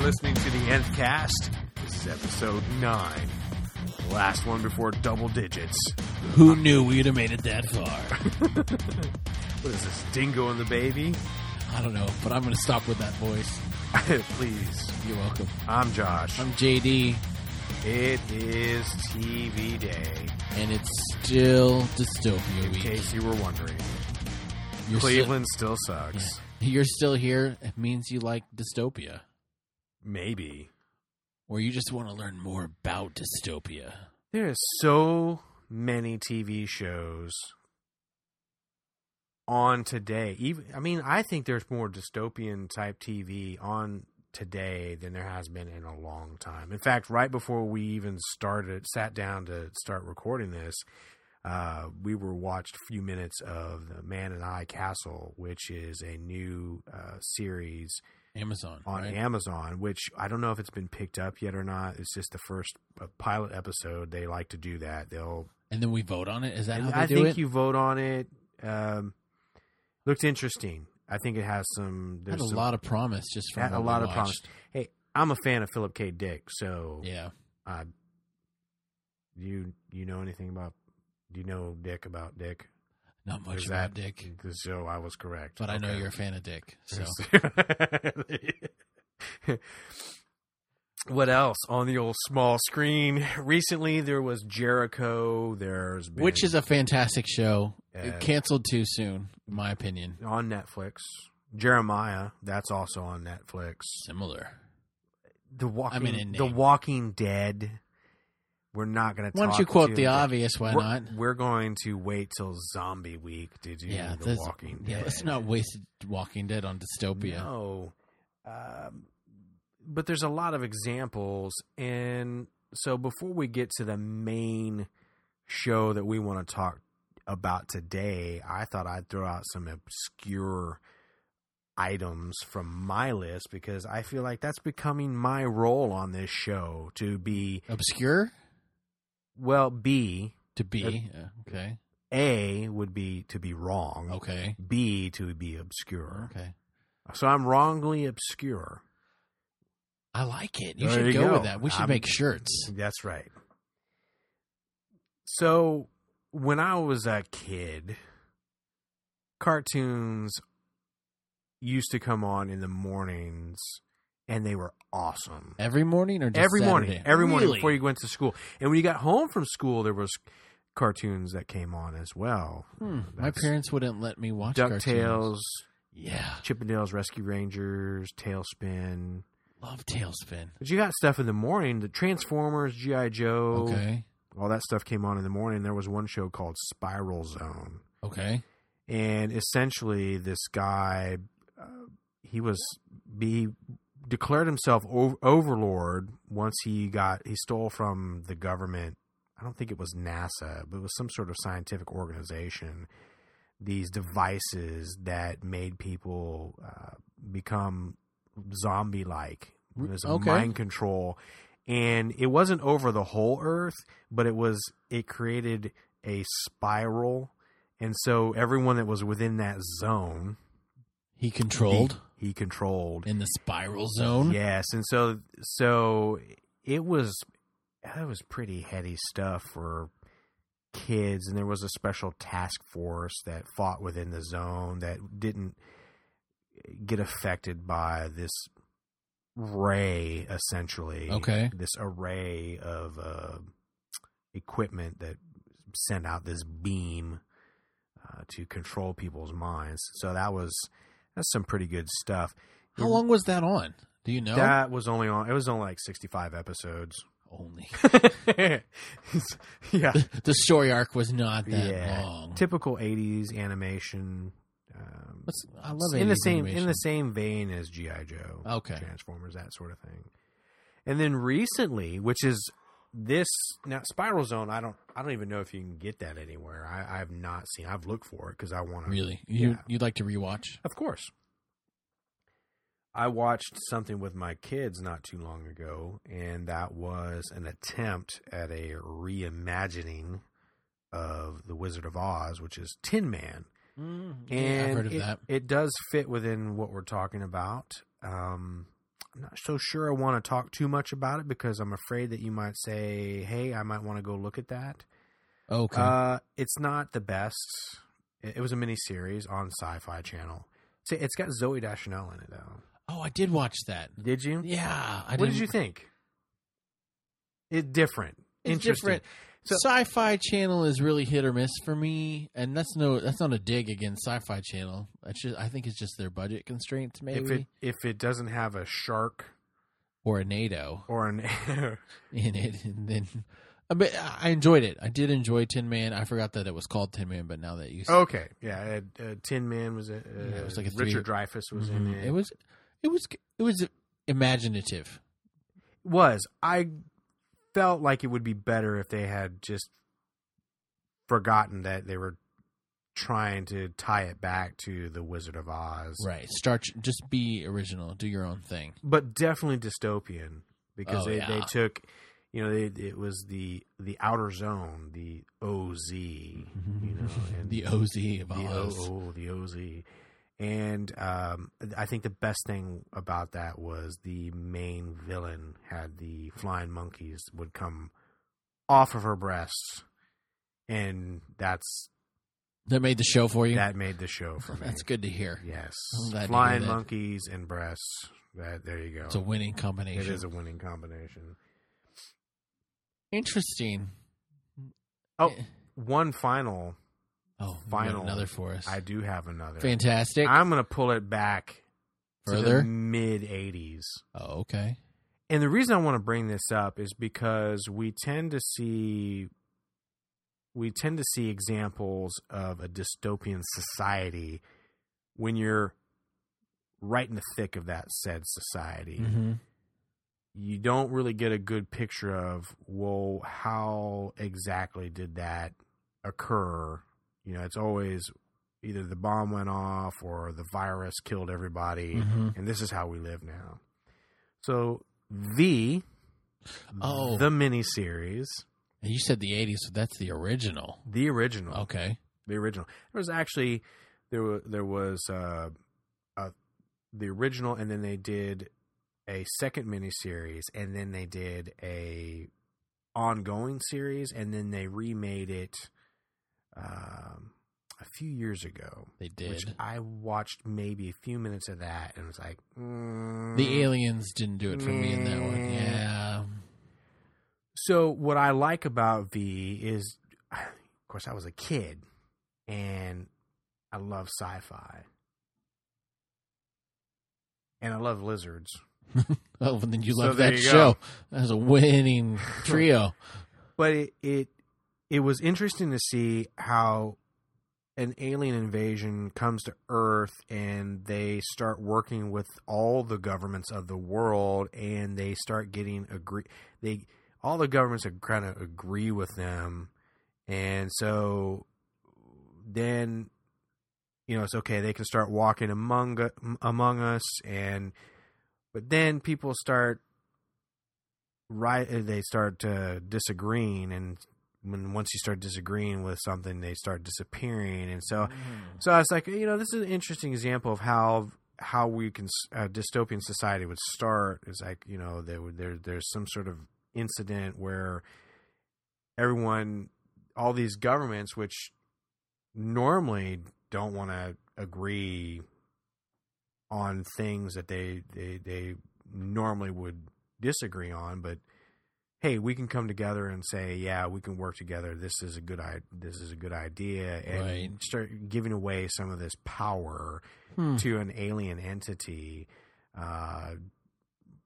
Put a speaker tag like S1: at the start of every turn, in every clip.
S1: listening to the Nth Cast. This is episode nine, The last one before double digits.
S2: Who knew we'd have made it that far?
S1: What is this, Dingo and the Baby?
S2: I don't know, but I'm going to stop with that voice.
S1: Please.
S2: You're welcome.
S1: I'm Josh.
S2: I'm JD,
S1: It is TV day,
S2: and it's still Dystopia
S1: in
S2: Week.
S1: case you were wondering.
S2: You're
S1: Cleveland still sucks.
S2: Still, you're still here. It means you like dystopia,
S1: Maybe.
S2: or you just want to learn more about dystopia.
S1: There is so many TV shows on today. Even I mean, I think there's more dystopian type TV on today than there has been in a long time. In fact, right before we even started sat down to start recording this, uh, we were watched a few minutes of The Man and I Castle, which is a new uh, series
S2: Amazon,
S1: on
S2: right?
S1: Amazon, which I don't know if it's been picked up yet or not. It's just the first uh, pilot episode. They like to do that. They'll.
S2: and then we vote on it. Is that how they
S1: I
S2: do
S1: think
S2: it?
S1: you vote on it. Um, looked interesting. I think it has some.
S2: had
S1: There's
S2: a
S1: some-
S2: lot of promise just from
S1: had a
S2: what we
S1: lot of promise.
S2: watched.
S1: Hey, I'm a fan of Philip K. Dick, so
S2: Yeah,
S1: uh, do you you know anything about? Do you know Dick about Dick?
S2: not much
S1: Is
S2: about
S1: that-
S2: Dick,
S1: So I was correct,
S2: but I know
S1: Okay.
S2: you're a fan of Dick. So
S1: what else on the old small screen? Recently, there was Jericho. There's been
S2: Which is a fantastic show.
S1: Yeah.
S2: Canceled too soon, in my opinion.
S1: on Netflix. Jeremiah, that's also on Netflix.
S2: Similar.
S1: The Walking,
S2: mean, in
S1: The
S2: name.
S1: Walking Dead. We're not going to.
S2: Why don't you quote the obvious? Why
S1: we're,
S2: not?
S1: We're going to wait till Zombie Week to do
S2: Yeah,
S1: The
S2: this-
S1: Walking Dead.
S2: Yeah, let's not waste Walking Dead on dystopia.
S1: No. Um, but there's a lot of examples. And so before we get to the main show that we want to talk about today, I thought I'd throw out some obscure items from my list because I feel like that's becoming my role on this show to be,
S2: Obscure
S1: well, B.
S2: to be Yeah, okay,
S1: A would be to be wrong.
S2: okay,
S1: B to be obscure.
S2: Oh. okay.
S1: So I'm wrongly obscure.
S2: I like it. You
S1: There
S2: should
S1: you
S2: go,
S1: go.
S2: with that. We should
S1: I'm-
S2: make shirts.
S1: That's right. So, when I was a kid, cartoons used to come on in the mornings and they were awesome.
S2: Every morning or just
S1: Every morning,
S2: Saturday?
S1: every morning
S2: Really?
S1: before you went to school. And when you got home from school, there was cartoons that came on as well. Uh,
S2: Hmm, my
S1: That's
S2: parents wouldn't let me watch cartoons.
S1: DuckTales,
S2: Yeah,
S1: Chippendales Rescue Rangers, Tailspin.
S2: love Tailspin.
S1: But you got stuff in the morning, the Transformers, G.I. Joe.
S2: Okay,
S1: all that stuff came on in the morning. There was one show called Spiral Zone,
S2: okay.
S1: and essentially this guy, uh, he was he declared himself o- overlord once he got he stole from the government. I don't think it was NASA, but it was some sort of scientific organization. These devices that made people uh, become zombie like. It was
S2: Okay.
S1: mind control. And it wasn't over the whole earth, but it was it created a spiral. And so everyone that was within that zone
S2: He controlled
S1: he controlled.
S2: in the spiral zone.
S1: Yes, and so so it was that was pretty heady stuff for kids, and there was a special task force that fought within the zone that didn't get affected by this ray, essentially.
S2: Okay.
S1: this array of uh, equipment that sent out this beam uh, to control people's minds. So that was that's some pretty good stuff.
S2: How long was that on? Do you know?
S1: That was only on. It was only like sixty-five episodes.
S2: Only
S1: yeah,
S2: the story arc was not that
S1: Yeah.
S2: long.
S1: typical '80s animation. Um,
S2: What's- I love it.
S1: in the same in the same vein as GI Joe,
S2: Okay.
S1: Transformers, that sort of thing. And then recently, which is this now Spiral Zone. I don't I don't even know if you can get that anywhere. I, I've not seen. I've looked for it because I want to
S2: Really? You
S1: Yeah.
S2: you'd like to rewatch?
S1: Of course. I watched something with my kids not too long ago, and that was an attempt at a reimagining of The Wizard of Oz, which is Tin Man.
S2: Mm,
S1: Mm-hmm. And
S2: I've heard of
S1: it,
S2: that.
S1: it does fit within what we're talking about. Um, I'm not so sure I want to talk too much about it because I'm afraid that you might say, "Hey, I might want to go look at that."
S2: Okay.
S1: Uh, it's not the best. It, it was a mini series on Sci-Fi Channel. It's, it's got Zoe Deschanel in it though.
S2: oh, I did watch that.
S1: Did you?
S2: Yeah. I
S1: what did
S2: didn't-
S1: you think? It different.
S2: It's
S1: Interesting.
S2: different.
S1: So-
S2: Sci-Fi Channel is really hit or miss for me, and that's no that's not a dig against Sci-Fi Channel. That's just I think it's just their budget constraints,
S1: If
S2: maybe,
S1: it if it doesn't have a shark
S2: or a NATO
S1: or an
S2: in it. And then, but I enjoyed it. I did enjoy Tin Man. I forgot that it was called Tin Man, but now that you said
S1: okay, yeah, uh, uh, Tin Man was it? Uh,
S2: Yeah, it was like a three-
S1: Richard Dreyfuss was in
S2: Mhm.
S1: it.
S2: it was it was it was imaginative.
S1: was I felt like it would be better if they had just forgotten that they were trying to tie it back to the Wizard of Oz,
S2: Right. Start just be original. Do your own thing.
S1: but definitely dystopian because
S2: Oh,
S1: they, they
S2: yeah.
S1: took you know they, it was the the outer zone the OZ
S2: Mm-hmm.
S1: you know and
S2: the OZ of
S1: Mm-hmm. the
S2: Oz.
S1: O, oh, the OZ and um, I think the best thing about that was the main villain had the flying monkeys would come off of her breasts and that's
S2: That made the show for you.
S1: that made the show for me
S2: That's good to hear.
S1: yes
S2: I'm glad to hear
S1: flying
S2: that.
S1: monkeys and breasts that there you go
S2: It's a winning
S1: it
S2: combination.
S1: is a winning combination.
S2: Interesting.
S1: Oh,
S2: Eh.
S1: one final.
S2: Oh, you got
S1: Final.
S2: another for us.
S1: I do have another.
S2: Fantastic.
S1: I'm going to pull it back
S2: Further?
S1: mid 80s.
S2: oh, okay.
S1: And the reason I want to bring this up is because we tend to see we tend to see examples of a dystopian society when you're right in the thick of that said society.
S2: Mm-hmm.
S1: you don't really get a good picture of well how exactly did that occur you know it's always either the bomb went off or the virus killed everybody
S2: hmm
S1: and this is how we live now so the
S2: Oh.
S1: the miniseries
S2: You said the 80s, so that's the original.
S1: the original
S2: Okay.
S1: the original there was actually there was there was uh, uh the original and then they did a second miniseries and then they did a ongoing series and then they remade it um a few years ago
S2: They did.
S1: which i watched maybe a few minutes of that and was like mm.
S2: the aliens didn't do it for me in that one.
S1: Mm.
S2: Yeah.
S1: So what I like about V is, of course, I was a kid, and I love sci-fi, and I love lizards.
S2: Oh, well, then you
S1: So
S2: love
S1: there
S2: that
S1: you
S2: show.
S1: go.
S2: That was a winning trio.
S1: But it it, it was interesting to see how an alien invasion comes to Earth, and they start working with all the governments of the world, and they start getting agree. They all the governments are kind of agree with them, and so then you know it's okay. They can start walking among u- among us, and but then people start right. They start uh, disagreeing, and when once you start disagreeing with something, they start disappearing, and so
S2: Mm.
S1: so I was like, you know, this is an interesting example of how how we can uh, dystopian society would start. Is like, you know, there would- there there's some sort of incident where everyone, all these governments, which normally don't want to agree on things that they they they normally would disagree on, but hey, we can come together and say, yeah, we can work together. This is a good i this is a good idea, and
S2: Right.
S1: start giving away some of this power
S2: Hmm.
S1: to an alien entity, uh,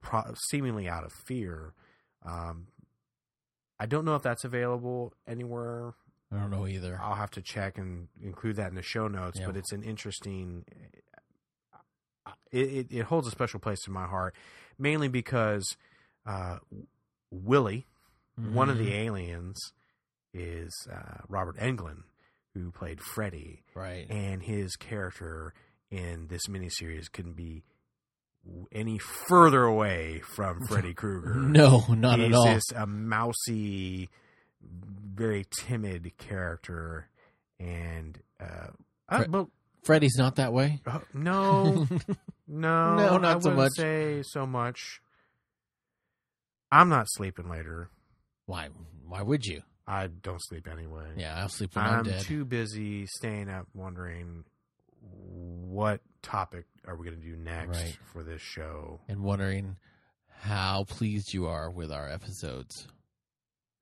S1: pro- seemingly out of fear. Um, I don't know if that's available anywhere.
S2: I don't know either.
S1: I'll have to check and include that in the show notes.
S2: Yeah.
S1: But it's an interesting. It, it, it holds a special place in my heart, mainly because uh, Willie, one of the
S2: Mhm.
S1: aliens, is uh, Robert Englund, who played Freddy,
S2: Right.
S1: and his character in this miniseries couldn't be w- any further away from Freddy Krueger.
S2: No, not
S1: He's
S2: at all.
S1: Just a mousy, very timid character, and uh, I
S2: Fre-
S1: bel-
S2: Freddy's not that way.
S1: oh, no, No,
S2: No,
S1: I
S2: not so
S1: wouldn't
S2: much.
S1: Say so much. I'm not sleeping later.
S2: Why? Why would you?
S1: I don't sleep anyway.
S2: Yeah, I'll sleep when I'm,
S1: I'm
S2: dead.
S1: too busy staying up wondering what topic are we going to do next
S2: Right.
S1: for this show.
S2: and wondering how pleased you are with our episodes.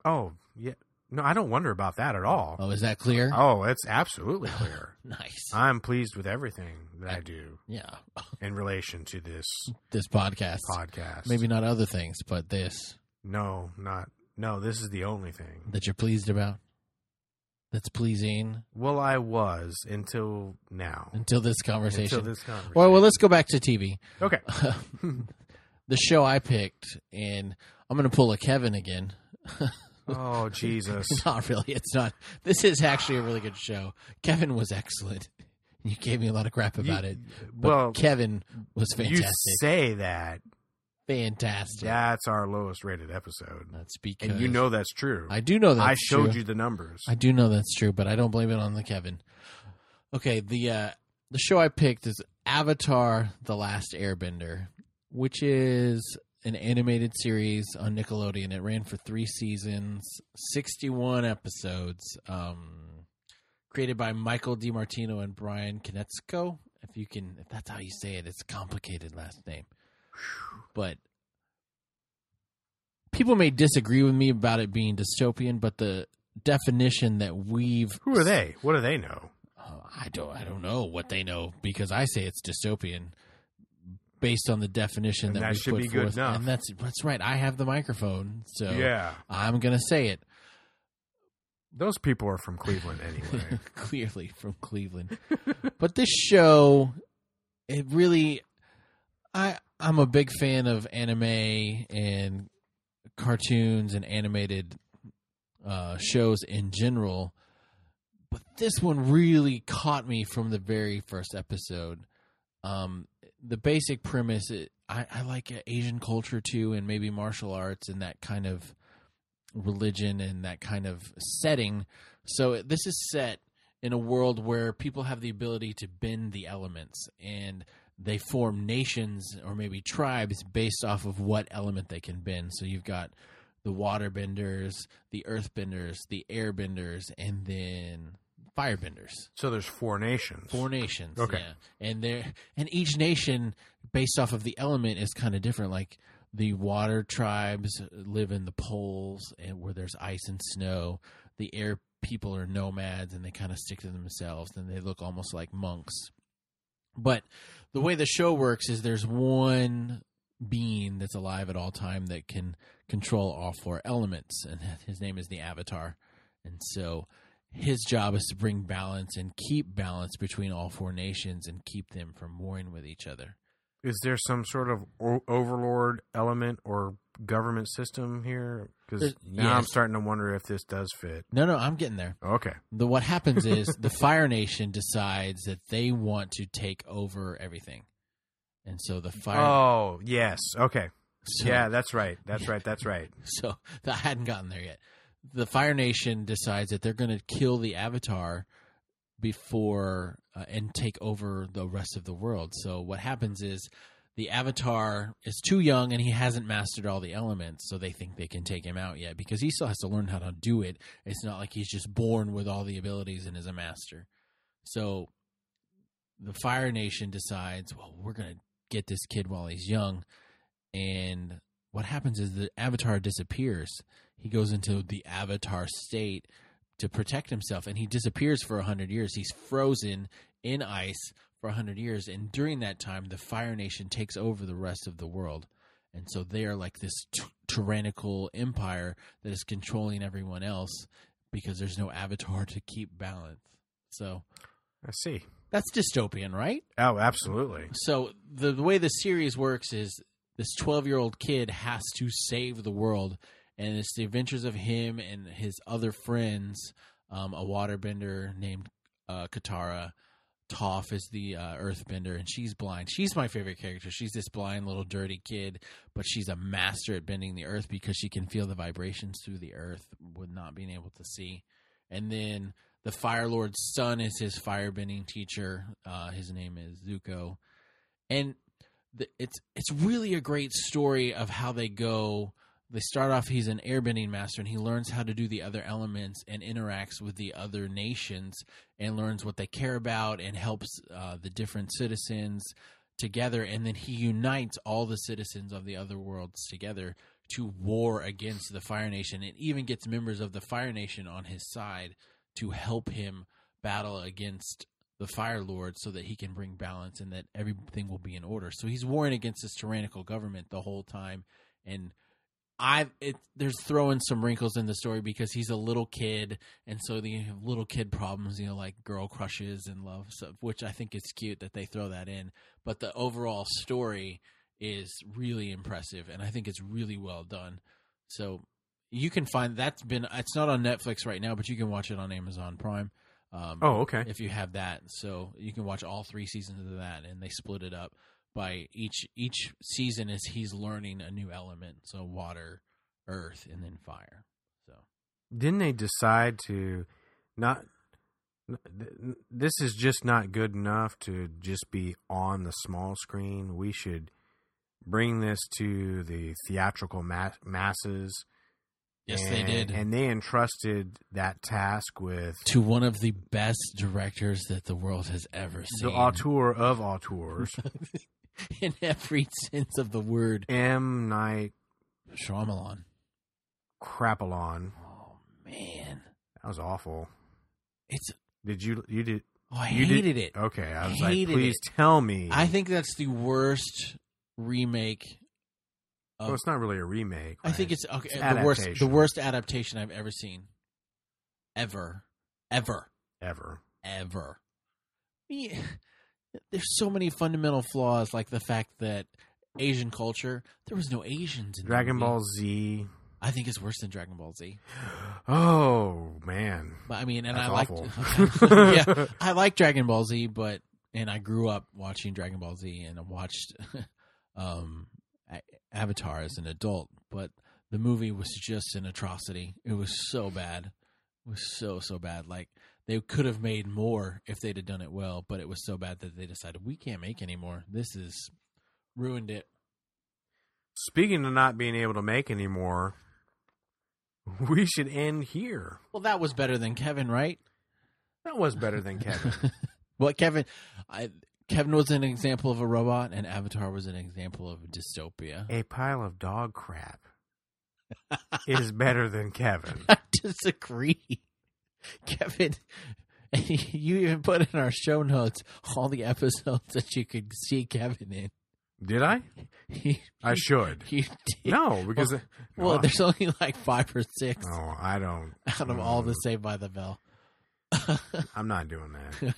S1: Oh, yeah. No, I don't wonder about that at all.
S2: Oh, is that clear?
S1: Oh, it's absolutely clear.
S2: nice.
S1: I'm pleased with everything that I do
S2: yeah,
S1: in relation to this
S2: this podcast.
S1: podcast.
S2: Maybe not other things, but this
S1: no, not no. This is the only thing.
S2: that you're pleased about. That's pleasing
S1: Well, I was until now.
S2: until this conversation.
S1: Until this conversation.
S2: well, well, let's go back to TV.
S1: okay.
S2: the show I picked, and I'm going to pull a Kevin again.
S1: Oh Jesus!
S2: It's not really. It's not. This is actually a really good show. Kevin was excellent. You gave me a lot of crap about
S1: You-
S2: it. But
S1: Well,
S2: Kevin was
S1: you
S2: fantastic.
S1: say that.
S2: fantastic.
S1: That's our lowest rated episode,
S2: That's because
S1: and you know that's true.
S2: I do know that's
S1: I showed
S2: true.
S1: you the numbers.
S2: I do know that's true, but I don't blame it on the Kevin. Okay, the uh the show I picked is Avatar: The Last Airbender, which is an animated series on Nickelodeon. It ran for 3 seasons, 61 episodes. Um created by Michael DiMartino and Brian Kinetsko. If you can if that's how you say it, it's a complicated last name. But people may disagree with me about it being dystopian, but the definition that we've
S1: Who are they? What do they know?
S2: Oh, I don't I don't know what they know because I say it's dystopian based on the definition
S1: And
S2: that,
S1: that
S2: we
S1: should
S2: put
S1: be good
S2: forth.
S1: enough.
S2: And that's that's right. I have the microphone, so
S1: Yeah,
S2: I'm gonna say it
S1: those people are from Cleveland anyway.
S2: clearly from Cleveland. but this show, it really, I I'm a big fan of anime and cartoons and animated uh, shows in general. But this one really caught me from the very first episode. Um, the basic premise, it, I, I like Asian culture too, and maybe martial arts and that kind of religion and that kind of setting. So this is set in a world where people have the ability to bend the elements and they form nations or maybe tribes based off of what element they can bend. So you've got the waterbenders, the earthbenders, the airbenders, and then firebenders.
S1: so there's four nations.
S2: Four nations.
S1: Okay.
S2: Yeah. And there and each nation based off of the element is kind of different. Like the water tribes live in the poles and where there's ice and snow. The air people are nomads and they kind of stick to themselves and they look almost like monks. But the way the show works is there's one being that's alive at all time that can control all four elements and his name is the avatar. And so his job is to bring balance and keep balance between all four nations and keep them from warring with each other.
S1: Is there some sort of o- overlord element or government system here? Because
S2: There's-
S1: now I'm
S2: yes.
S1: starting to wonder if this does fit.
S2: No, no, I'm getting there.
S1: Okay.
S2: The what happens is the Fire Nation decides that they want to take over everything. And so the fire
S1: Oh yes. Okay.
S2: so-
S1: yeah, that's right. That's right. That's right.
S2: So I hadn't gotten there yet. The Fire Nation decides that they're going to kill the Avatar before uh, and take over the rest of the world. So what happens is the Avatar is too young and he hasn't mastered all the elements, so they think they can take him out yet because he still has to learn how to do it. It's not like he's just born with all the abilities and is a master. So the Fire Nation decides, well, we're going to get this kid while he's young and what happens is the avatar disappears. He goes into the avatar state to protect himself and he disappears for 100 years. He's frozen in ice for 100 years and during that time the Fire Nation takes over the rest of the world. And so they are like this t- tyrannical empire that is controlling everyone else because there's no avatar to keep balance. So
S1: I see.
S2: that's dystopian, right?
S1: Oh, absolutely.
S2: So the, the way the series works is this 12 year old kid has to save the world, and it's the adventures of him and his other friends. Um, a waterbender named uh, Katara. Toph is the uh, earthbender, and she's blind. She's my favorite character. She's this blind little dirty kid, but she's a master at bending the earth because she can feel the vibrations through the earth with not being able to see. And then the Fire Lord's son is his firebending teacher. Uh, his name is Zuko. And th- it's it's really a great story of how they go. They start off. He's an airbending master, and he learns how to do the other elements and interacts with the other nations and learns what they care about and helps uh, the different citizens together. And then he unites all the citizens of the other worlds together to war against the Fire Nation, and even gets members of the Fire Nation on his side to help him battle against the Fire Lord so that he can bring balance and that everything will be in order. So he's warring against this tyrannical government the whole time. And I, it, there's throwing some wrinkles in the story because he's a little kid, and so the little kid problems, you know, like girl crushes and love, so, which I think is cute that they throw that in. But the overall story is really impressive, and I think it's really well done. So you can find that's been it's not on Netflix right now, but you can watch it on Amazon Prime. Um,
S1: Oh, okay.
S2: if you have that. So you can watch all three seasons of that, and they split it up by each each season as he's learning a new element. So water, earth, and then fire. So
S1: Didn't they decide to not? n- This is just not good enough to just be on the small screen. We should bring this to the theatrical ma- masses.
S2: yes, they did.
S1: and they entrusted that task with
S2: to one of the best directors that the world has ever seen.
S1: the auteur of auteurs,
S2: in every sense of the word,
S1: M. Night
S2: Shyamalan.
S1: Crapalon.
S2: Oh man,
S1: That was awful.
S2: it's
S1: Did you you did
S2: oh, I
S1: You did-
S2: hated it.
S1: okay? I was
S2: Hated
S1: like, please
S2: it.
S1: tell me.
S2: I think that's the worst remake. Of,
S1: well, it's not really a remake.
S2: I think
S1: right?
S2: it's okay.
S1: It's
S2: the worst, the
S1: adaptation.
S2: worst adaptation I've ever seen, ever, ever,
S1: ever.
S2: ever. Yeah. There's so many fundamental flaws, like the fact that Asian culture, there was no Asians in the
S1: Dragon
S2: movie.
S1: Ball Z.
S2: I think it's worse than Dragon Ball Z.
S1: Oh man,
S2: But I mean, and
S1: that's
S2: I
S1: awful.
S2: like, yeah, I like Dragon Ball Z, but and I grew up watching Dragon Ball Z and I watched um, A- Avatar as an adult, but the movie was just an atrocity. It was so bad, it was so so bad. Like they could have made more if they'd have done it well, but it was so bad that they decided we can't make any more. This is ruined it.
S1: Speaking of not being able to make anymore, we should end here.
S2: Well, that was better than Kevin, right?
S1: That was better than Kevin.
S2: well, Kevin, I, Kevin was an example of a robot, and Avatar was an example of dystopia.
S1: a pile of dog crap is better than Kevin.
S2: I disagree, Kevin. You even put in our show notes all the episodes that you could see Kevin in.
S1: Did I?
S2: He,
S1: I should.
S2: he did.
S1: No, because
S2: Well, there's only like five or six
S1: no, I don't.
S2: out of all the Saved by the Bell.
S1: I'm not doing that.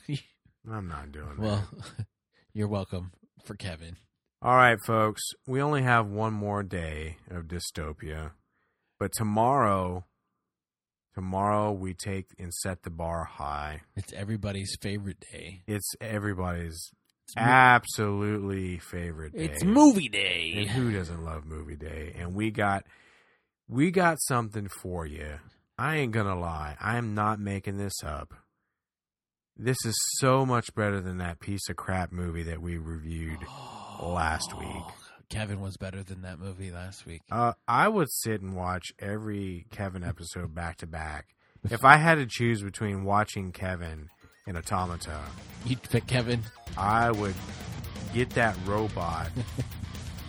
S1: I'm not doing that.
S2: well, you're welcome for Kevin.
S1: All right, folks. We only have one more day of dystopia, but tomorrow, tomorrow we take and set the bar high.
S2: It's everybody's favorite day.
S1: It's everybody's
S2: It's, mo-
S1: absolutely favorite day.
S2: it's movie
S1: and
S2: day.
S1: who doesn't love movie day? And we got, we got something for you. I ain't gonna lie. I am not making this up. This is so much better than that piece of crap movie that we reviewed.
S2: Oh.
S1: last week.
S2: Kevin was better than that movie last week.
S1: Uh, I would sit and watch every Kevin episode back to back. If I had to choose between watching Kevin and Automata,
S2: You'd pick Kevin.
S1: I would get that robot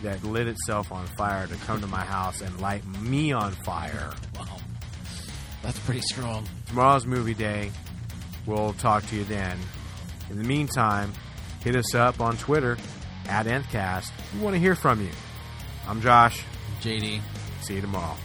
S1: that lit itself on fire to come to my house and light me on fire.
S2: Wow. That's pretty strong.
S1: Tomorrow's movie day. We'll talk to you then. In the meantime, hit us up on Twitter at nthcast. We want to hear from you. I'm Josh.
S2: JD.
S1: See you tomorrow.